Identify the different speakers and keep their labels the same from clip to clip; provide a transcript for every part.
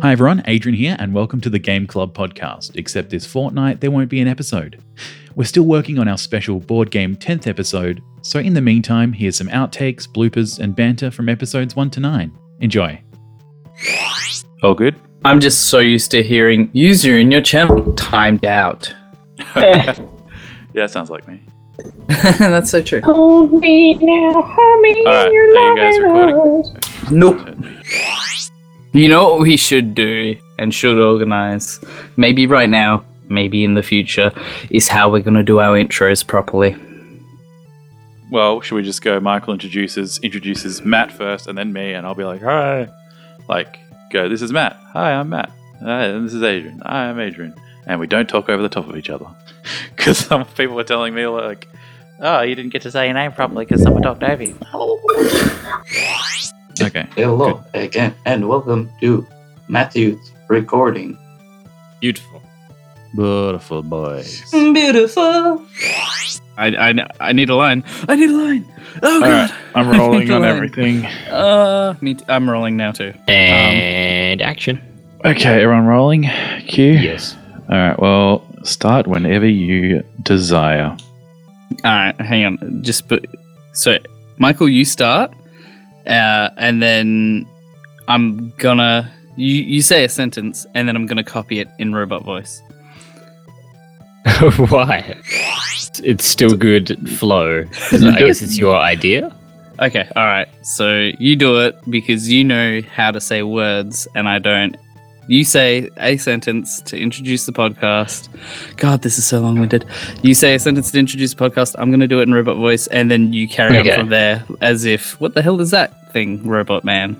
Speaker 1: Hi everyone, Adrian here, and welcome to the Game Club podcast. Except this fortnight, there won't be an episode. We're still working on our special board game 10th episode, so in the meantime, here's some outtakes, bloopers, and banter from episodes 1 to 9. Enjoy. All good?
Speaker 2: I'm just so used to hearing user in your channel timed out.
Speaker 1: yeah, that sounds like me.
Speaker 2: That's so true.
Speaker 3: Hold me now, hold me
Speaker 1: All right,
Speaker 3: in your
Speaker 1: are you guys
Speaker 3: loving
Speaker 1: recording?
Speaker 2: Nope. You know what we should do and should organize, maybe right now, maybe in the future, is how we're going to do our intros properly.
Speaker 1: Well, should we just go? Michael introduces introduces Matt first, and then me, and I'll be like, "Hi," like go. This is Matt. Hi, I'm Matt. Hi, and this is Adrian. Hi, I'm Adrian. And we don't talk over the top of each other because some people were telling me like, "Oh, you didn't get to say your name properly because someone talked over you." Okay,
Speaker 4: Hello again, and welcome to Matthew's recording.
Speaker 5: Beautiful.
Speaker 1: beautiful boys.
Speaker 2: Beautiful.
Speaker 5: I, I, I need a line. I need a line. Oh, God.
Speaker 1: I'm
Speaker 5: rolling on everything. Uh, me t- I'm rolling now, too.
Speaker 6: And action.
Speaker 1: Okay, everyone rolling. Q.
Speaker 6: Yes.
Speaker 1: All right. Well, start whenever you desire.
Speaker 5: All right, hang on. Just put. So, Michael, you start. Uh, and then I'm gonna. You, you say a sentence, and then I'm gonna copy it in robot voice.
Speaker 6: Why? It's still good flow. 'cause I guess it's your idea.
Speaker 5: Okay, all right. So you do it because you know how to say words, and I don't. You say a sentence to introduce the podcast. God, this is so long-winded. You say a sentence to introduce the podcast. I'm going to do it in robot voice, and then you carry
Speaker 6: Okay.
Speaker 5: on from there as if, what the hell is that thing, robot man?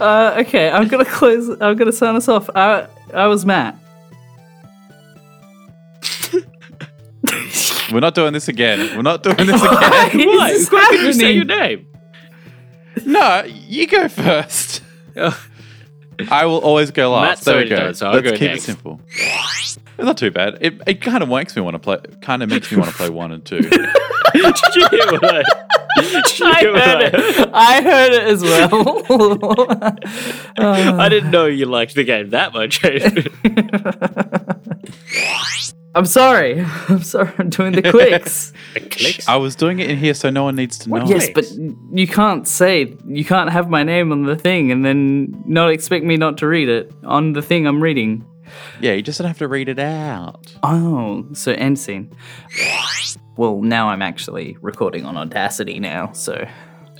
Speaker 5: Uh, okay, I'm going to close. I'm going to sign us off. I, I was Matt.
Speaker 1: We're not doing this again. We're not doing this again.
Speaker 5: What?
Speaker 2: This is
Speaker 5: Why did you say
Speaker 2: happening.
Speaker 5: your name?
Speaker 1: No, you go first. I will always go last.
Speaker 6: Matt's
Speaker 1: there we
Speaker 6: already
Speaker 1: go.
Speaker 6: done it, so I'll
Speaker 1: Let's
Speaker 6: go
Speaker 1: keep
Speaker 6: next.
Speaker 1: it simple. It's not too bad. It, it kind of makes me want to play. Kind of makes me want to play one and two.
Speaker 6: Did you hear what I- did you
Speaker 2: I
Speaker 6: hear what
Speaker 2: heard it. I heard it as well.
Speaker 5: Uh,
Speaker 6: I didn't know you liked the game that much.
Speaker 2: I'm sorry. I'm sorry. I'm doing the clicks.
Speaker 6: Oh,
Speaker 1: I was doing it in here, so no one needs to know.
Speaker 2: Yes, but you can't say you can't have my name on the thing and then not expect me not to read it on the thing I'm reading.
Speaker 1: Yeah, you just don't have to read it out.
Speaker 2: Oh, so end scene. Well, now I'm actually recording on Audacity now, so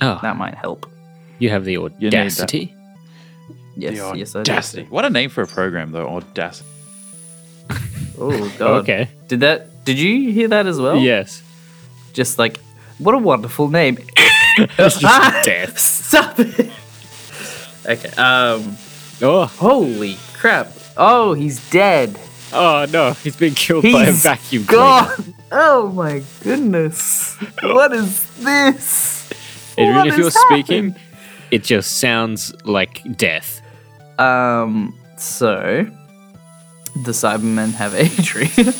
Speaker 6: oh,
Speaker 2: that might help.
Speaker 6: you have the
Speaker 1: need that.
Speaker 6: audacity.
Speaker 2: Yes, yes, I do.
Speaker 1: Audacity. What a name for a program, though. Audacity.
Speaker 2: Oh god.
Speaker 6: Okay.
Speaker 2: Did that? Did you hear that as well?
Speaker 6: Yes.
Speaker 2: Just like, what a wonderful name.
Speaker 6: That's
Speaker 2: Ah!
Speaker 6: just death.
Speaker 2: Stop it. Okay. Um.
Speaker 6: Oh,
Speaker 2: Holy crap. Oh, he's dead.
Speaker 6: oh no, he's been killed by a
Speaker 2: He's
Speaker 6: vacuum
Speaker 2: God.
Speaker 6: cleaner.
Speaker 2: Oh my goodness. What is this?
Speaker 6: Adrian,
Speaker 2: What
Speaker 6: if you're
Speaker 2: has
Speaker 6: speaking, it just sounds like death.
Speaker 2: Um. So, the Cybermen have Adrian.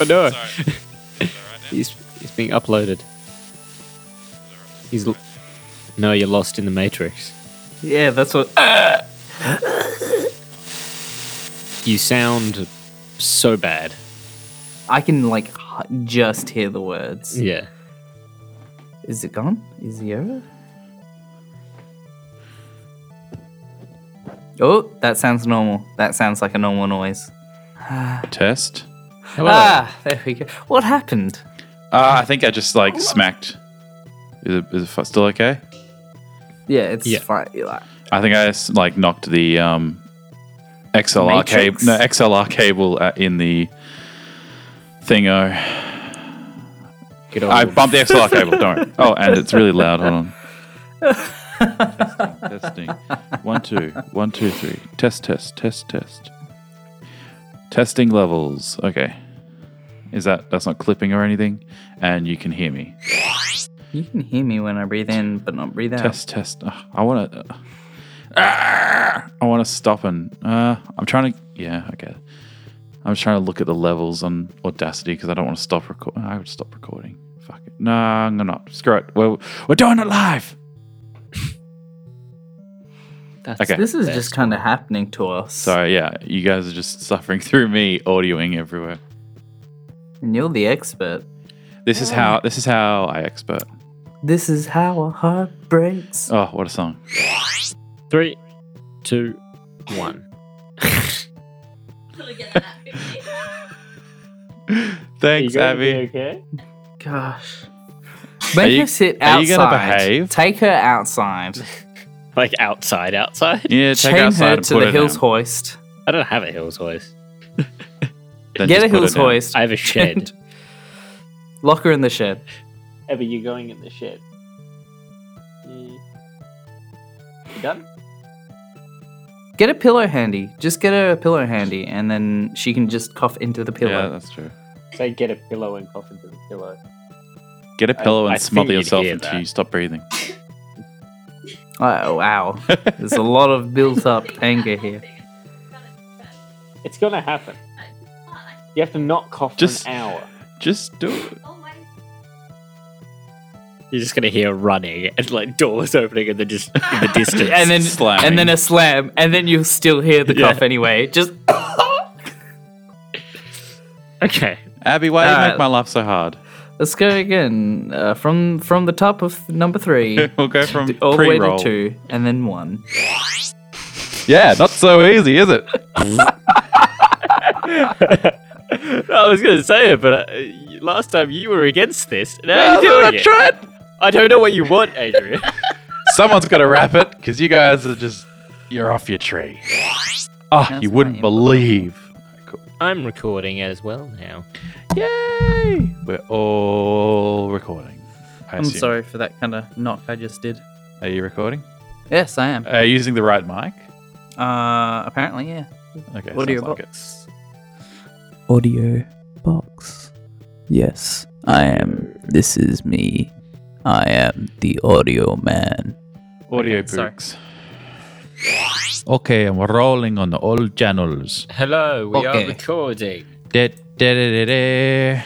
Speaker 6: Oh no. he's, he's being uploaded. He's. l- No, you're lost in the Matrix.
Speaker 2: yeah, that's what.
Speaker 6: You sound so bad.
Speaker 2: I can like h- just hear the words.
Speaker 6: Yeah.
Speaker 2: Is it gone? Is he over? Oh, that sounds normal. That sounds like a normal noise.
Speaker 1: Test.
Speaker 6: Hello.
Speaker 2: Ah, there we go. What happened?
Speaker 1: Ah, I think I just
Speaker 6: Oh,
Speaker 1: like smacked. Is it, is it fu- still okay?
Speaker 2: Yeah, it's
Speaker 6: Yeah.
Speaker 2: fine. You're like-
Speaker 1: I think I s- like knocked the um, XLR cable,
Speaker 2: Matrix?
Speaker 1: no XLR cable uh, in the thingo.
Speaker 6: Good old.
Speaker 1: I bumped the XLR cable. Don't. worry. Oh, and it's really loud. Hold on. testing, testing. One, two, one, two, three. Test, test, test, test. Testing levels. Okay. Is that that's not clipping or anything? And you can hear me.
Speaker 2: You can hear me when I breathe in, but not breathe out.
Speaker 1: Test, test. Ugh, I want to. I want to stop and. Uh, I'm trying to. Yeah. Okay. I'm just trying to look at the levels on Audacity because I don't want to stop recording. I would stop recording. Fuck it. No, I'm not. Screw it. We're, we're doing it live.
Speaker 5: That's
Speaker 1: Okay.
Speaker 2: This is
Speaker 5: best.
Speaker 2: just kind of happening to us.
Speaker 1: So yeah, you guys are just suffering through me audioing everywhere.
Speaker 2: And you're the expert.
Speaker 1: This is how this is how I expert.
Speaker 2: This is how a heart breaks.
Speaker 1: Oh, what a song!
Speaker 6: Three, two, one.
Speaker 1: Thanks, Abby.
Speaker 7: Okay.
Speaker 2: Gosh.
Speaker 1: Are
Speaker 2: Make
Speaker 1: you-
Speaker 2: her sit outside.
Speaker 1: are you gonna behave?
Speaker 2: Take her outside.
Speaker 6: Like outside, outside.
Speaker 1: Yeah, take
Speaker 2: Chain
Speaker 1: outside
Speaker 2: her
Speaker 1: and
Speaker 2: to
Speaker 1: put
Speaker 2: the
Speaker 1: her
Speaker 2: hills
Speaker 1: down.
Speaker 2: hoist.
Speaker 6: I don't have a hills hoist.
Speaker 1: Then
Speaker 2: Get
Speaker 1: just
Speaker 2: a
Speaker 1: put her
Speaker 2: hills
Speaker 1: down.
Speaker 2: hoist.
Speaker 6: I have a shed.
Speaker 2: Lock her in the shed.
Speaker 7: Abby, you're going in the shed. Mm. You done?
Speaker 2: Get a pillow handy. Just get her a pillow handy, and then she can just cough into the
Speaker 1: Yeah,
Speaker 2: pillow.
Speaker 1: that's true.
Speaker 7: Say get a pillow and cough into the pillow.
Speaker 1: Get a pillow and
Speaker 6: I
Speaker 1: smother
Speaker 6: figured you'd
Speaker 1: yourself
Speaker 6: hear
Speaker 1: until
Speaker 6: that.
Speaker 1: you stop breathing.
Speaker 2: Oh wow! There's a lot of built-up anger here.
Speaker 7: It's gonna happen. You have to not cough
Speaker 1: Just-
Speaker 7: for an hour.
Speaker 1: Just do it.
Speaker 6: You're just gonna hear running and like doors opening and then just in the distance.
Speaker 2: And then,
Speaker 1: Slamming.
Speaker 2: and then a slam, and then you'll still hear the
Speaker 6: Yeah.
Speaker 2: cough anyway. Just
Speaker 6: okay,
Speaker 1: Abby, why do you
Speaker 2: Alright.
Speaker 1: make my life so hard?
Speaker 2: let's go again uh, from from the top of number three
Speaker 1: we'll go from
Speaker 2: all the way to
Speaker 1: pre-roll.
Speaker 2: two, and then one.
Speaker 1: Yeah, not so easy, is it?
Speaker 6: I was gonna say it, but uh, last time you were against this. Now
Speaker 1: That's
Speaker 6: you're
Speaker 1: what
Speaker 6: doing
Speaker 1: I
Speaker 6: it.
Speaker 1: tried.
Speaker 6: I don't know what you want, Adrian.
Speaker 1: Someone's got to wrap it because you guys are just you're off your tree. Oh,
Speaker 2: That's
Speaker 1: you wouldn't
Speaker 2: right.
Speaker 1: believe.
Speaker 6: I'm recording as well now.
Speaker 1: Yay! We're all recording. I
Speaker 2: I'm
Speaker 1: assume.
Speaker 2: sorry for that kind of knock I just did.
Speaker 1: Are you recording?
Speaker 2: Yes, I am.
Speaker 1: Are you using the right mic?
Speaker 2: Uh, apparently, yeah.
Speaker 1: Okay.
Speaker 2: Audio
Speaker 1: sounds like it.
Speaker 2: box. Audio box. Yes, I am. This is me. I am the audio man.
Speaker 1: Audio
Speaker 2: Okay, sorry.
Speaker 1: books. Okay, and we're rolling on all channels.
Speaker 6: Hello, we
Speaker 2: Okay.
Speaker 6: are recording.
Speaker 1: Da, da, da, da, da.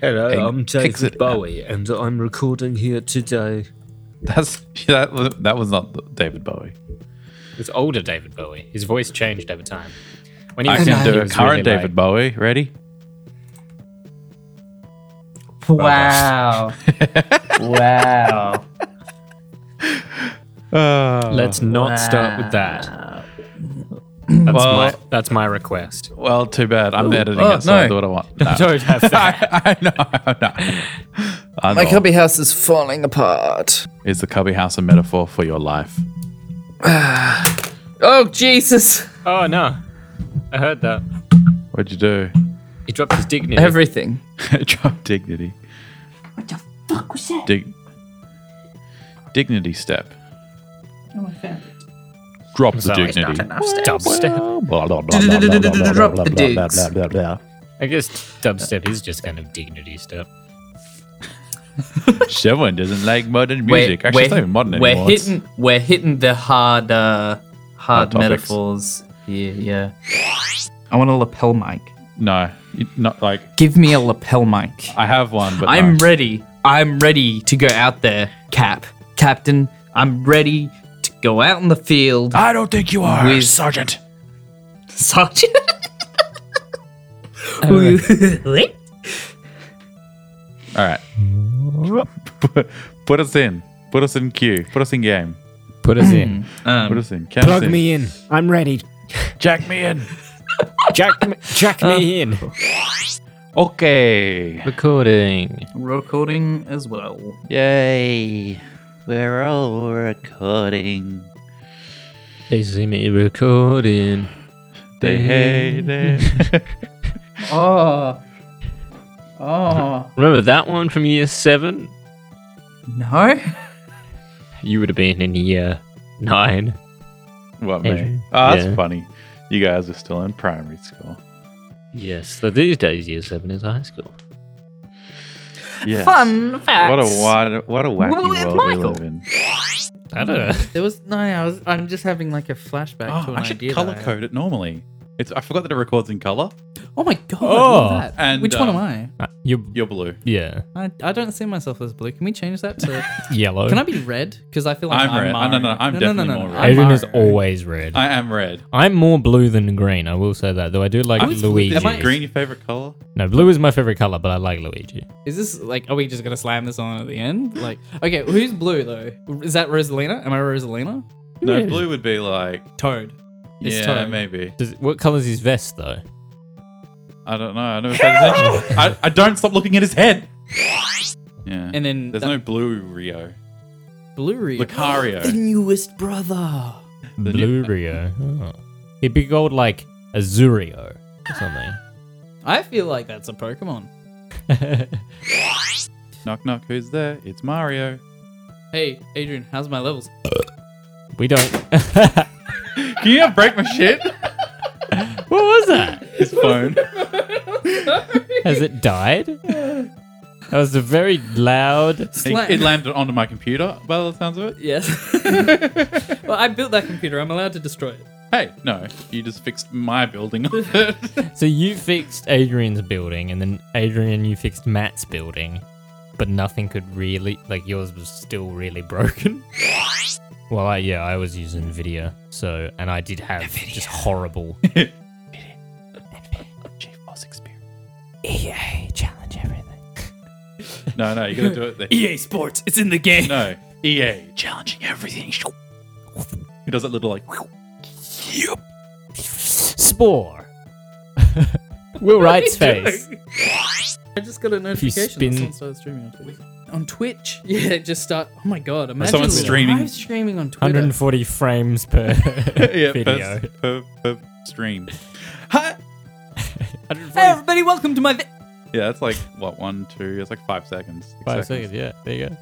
Speaker 8: Hello,
Speaker 1: Hey,
Speaker 8: I'm
Speaker 1: fix
Speaker 8: David
Speaker 1: it.
Speaker 8: Bowie, and I'm recording here today.
Speaker 1: That's that. was- That was not David Bowie.
Speaker 6: It's older David Bowie. His voice changed over time. When he
Speaker 1: I
Speaker 6: was
Speaker 1: can
Speaker 6: young, he
Speaker 1: do a
Speaker 6: was
Speaker 1: current
Speaker 6: really,
Speaker 1: David Bowie. Ready?
Speaker 2: Wow. wow.
Speaker 1: Uh,
Speaker 6: like, Let's not start with that. That's my that's my request.
Speaker 1: well, too bad. I'm editing
Speaker 2: oh,
Speaker 1: it, so I
Speaker 2: no.
Speaker 1: do what I want. No.
Speaker 6: Don't have that.
Speaker 1: I know. I know. I know.
Speaker 2: house is falling apart.
Speaker 1: Is the cubby house a metaphor for your life?
Speaker 2: Oh Jesus!
Speaker 6: oh no, I heard that.
Speaker 1: What'd you do?
Speaker 6: He dropped his dignity.
Speaker 2: Everything.
Speaker 1: Drop dignity. What the fuck was that? Dig- dignity step. Drop the
Speaker 6: Sorry, it's
Speaker 1: dignity.
Speaker 6: dubstep.
Speaker 1: Blah, blah, blah, blah, blah, blah,
Speaker 2: Drop
Speaker 1: blah,
Speaker 2: the
Speaker 1: blah, blah,
Speaker 2: digs.
Speaker 1: blah, blah,
Speaker 6: I guess dubstep is just kind of dignity step.
Speaker 1: blah. Someone doesn't like modern music. Actually, it's not even modern
Speaker 2: we're
Speaker 1: anymore. It's-
Speaker 2: hitting we're hitting the hard uh, hard,
Speaker 1: topics.
Speaker 2: metaphors. Yeah, yeah. I want a lapel mic.
Speaker 1: No, you- not like
Speaker 2: Give me a lapel mic.
Speaker 1: I have one, but
Speaker 2: I'm
Speaker 1: no.
Speaker 2: ready. I'm ready to go out there, Cap, Captain. I'm ready to go out in the field,
Speaker 1: I don't think you are,
Speaker 2: With-
Speaker 1: Sergeant.
Speaker 2: Sergeant.
Speaker 1: All right. Put us in. Put us in queue. Put us in game.
Speaker 8: Put us
Speaker 6: Hmm.
Speaker 8: in.
Speaker 1: Put
Speaker 2: um,
Speaker 1: us in. Count us in.
Speaker 8: in. I'm ready.
Speaker 1: Jack me in.
Speaker 8: Jack, jack
Speaker 6: Uh,
Speaker 8: me in.
Speaker 1: Okay.
Speaker 6: Recording.
Speaker 2: recording as well.
Speaker 9: Yay! We're all recording.
Speaker 6: They see me recording.
Speaker 1: They hate it.
Speaker 2: Oh, oh
Speaker 6: Remember that one from year seven?
Speaker 2: no.
Speaker 6: You would have been in year nine.
Speaker 1: what me?
Speaker 6: Andrew?
Speaker 1: Oh, that's
Speaker 6: Yeah.
Speaker 1: funny. You guys are still in primary school.
Speaker 6: Yes, so these days year seven is high school.
Speaker 1: Yes.
Speaker 2: Fun fact.
Speaker 1: What a wide, what a wacky
Speaker 2: Well, it's
Speaker 1: world we
Speaker 2: Michael.
Speaker 1: live in.
Speaker 6: I don't know.
Speaker 2: There was no. I was.
Speaker 1: Oh,
Speaker 2: I'm just having like a flashback to an idea. that I had.
Speaker 1: it normally. It's I forgot that it records in color.
Speaker 2: Oh my god!
Speaker 6: Oh.
Speaker 2: look at that.
Speaker 1: And,
Speaker 2: Which one
Speaker 1: um,
Speaker 2: am I?
Speaker 6: Uh, you're,
Speaker 1: You're blue.
Speaker 6: yeah.
Speaker 2: I? I don't see myself as blue. Can we change that to?
Speaker 6: Yellow.
Speaker 2: can I be red? Because I feel like
Speaker 1: I'm
Speaker 2: I'm,
Speaker 1: red.
Speaker 2: Mario.
Speaker 1: No, no, no, I'm definitely more red.
Speaker 2: I'm
Speaker 6: Adrian is
Speaker 2: Mario.
Speaker 6: always red.
Speaker 1: I am red.
Speaker 6: I, am more blue than green. I will say that, though. I do like
Speaker 1: I'm-
Speaker 6: Luigi.
Speaker 1: Am I green your favorite color?
Speaker 6: No, blue is my favorite color, but I like Luigi.
Speaker 2: Is this like? Are we just gonna slam this on at the end? Like, okay, who's blue though? Is that Rosalina? Am I Rosalina?
Speaker 1: No,
Speaker 6: Yeah.
Speaker 1: blue would be like.
Speaker 2: Toad. It's
Speaker 1: yeah,
Speaker 2: Toad.
Speaker 1: maybe.
Speaker 6: Does, what color's his vest, though?
Speaker 1: I don't know. I never paid attention. I, I don't stop looking at his head. Yeah.
Speaker 2: And then
Speaker 1: There's
Speaker 2: that
Speaker 1: no blue Rio.
Speaker 2: blue Rio.
Speaker 1: Lucario.
Speaker 2: newest brother.
Speaker 1: The
Speaker 6: Blue
Speaker 1: new-
Speaker 6: Rio. Oh. He'd be called like Azurio or something.
Speaker 2: I feel like that's a Pokemon.
Speaker 1: knock knock. Who's there? It's Mario.
Speaker 2: Hey, Adrian, how's my levels?
Speaker 6: we don't.
Speaker 1: Can you not break my shit?
Speaker 6: what was that?
Speaker 1: His phone.
Speaker 6: Has it died? That was a very loud.
Speaker 1: It,
Speaker 2: Slam.
Speaker 1: it landed onto my computer. By the sounds of it.
Speaker 2: Yes. well, I built that computer. I'm allowed to destroy it.
Speaker 1: Hey, no. You just fixed my building. I
Speaker 6: So you fixed Adrian's building, and then Adrian, you fixed Matt's building, but nothing could really. Like yours was still really broken. Well, I, yeah, I was using Nvidia, so and I did have just horrible.
Speaker 1: was experience. EA challenge everything. No, no. You gotta do it. There.
Speaker 6: E
Speaker 2: EA Sports, it's in the game.
Speaker 1: No. EA challenging everything. He does that little like.
Speaker 6: Spore. Will Wright's face.
Speaker 2: I just got a notification.
Speaker 6: spin-
Speaker 2: that Someone started streaming on Twitch. On Twitch? Yeah, just start. Oh my god! Imagine
Speaker 1: Someone's streaming.
Speaker 2: live streaming on Twitter.
Speaker 6: 140 frames per
Speaker 1: yeah,
Speaker 6: video.
Speaker 1: per, per, per stream. Hi.
Speaker 2: Hey everybody, welcome to my. Vi-
Speaker 1: Yeah, that's like what one, two. It's like five seconds. six
Speaker 6: Five seconds. Yeah, there you go.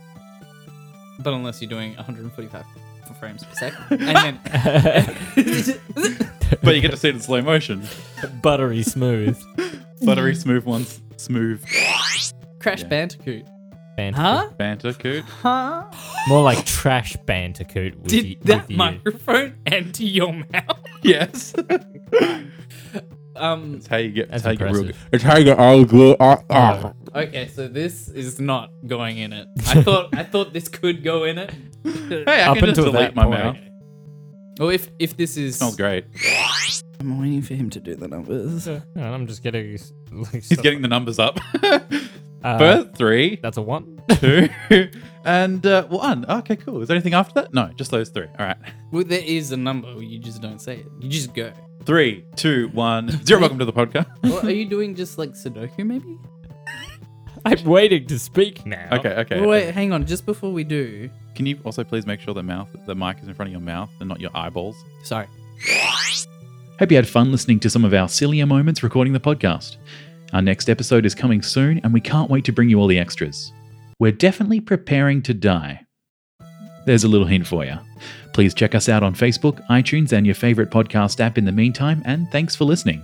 Speaker 2: but unless you're doing 145 frames per second, and then
Speaker 1: But you get to see it in slow motion.
Speaker 6: Buttery smooth.
Speaker 1: Buttery smooth ones, smooth
Speaker 2: Crash
Speaker 1: Yeah.
Speaker 2: Bandicoot.
Speaker 6: Bandicoot.
Speaker 2: Huh?
Speaker 1: bandicoot.
Speaker 2: Huh?
Speaker 6: More like trash bandicoot. With
Speaker 2: Did
Speaker 6: you,
Speaker 2: that
Speaker 6: with you.
Speaker 2: microphone enter your mouth?
Speaker 1: Yes, that's
Speaker 2: Um.
Speaker 1: how you get. That's
Speaker 6: That's
Speaker 1: how you get real good.
Speaker 6: impressive.
Speaker 1: It's how you get all glue. ah, ah.
Speaker 2: Okay, so this is not going in it. I thought I thought this could go in it.
Speaker 1: Hey, I
Speaker 6: Up
Speaker 1: can just
Speaker 6: until
Speaker 1: delete
Speaker 6: that
Speaker 1: my
Speaker 6: point.
Speaker 1: mouth.
Speaker 2: Well, if if this is
Speaker 1: Smells great.
Speaker 2: I'm waiting for him to do the numbers.
Speaker 6: And I'm just getting. Like,
Speaker 1: He's getting the numbers up.
Speaker 6: uh,
Speaker 1: First three,
Speaker 6: That's a one.
Speaker 1: two, and uh, one. Okay, cool. Is there anything after that? No, just those three. All right.
Speaker 2: Well, there is a number. You just don't say it. You just go.
Speaker 1: Three, two, one, zero. Welcome to the podcast.
Speaker 2: Well, are you doing just like Sudoku maybe?
Speaker 6: I'm waiting to speak now.
Speaker 1: Okay, okay.
Speaker 2: Well, wait, hang on. Just before we do,
Speaker 1: Can you also please make sure the mouth, the mic is in front of your mouth and not your eyeballs?
Speaker 2: sorry.
Speaker 1: Hope you had fun listening to some of our sillier moments recording the podcast. Our next episode is coming soon, and we can't wait to bring you all the extras. We're definitely preparing to die. There's a little hint for you. Please check us out on Facebook, iTunes, and your favorite podcast app in the meantime, and thanks for listening.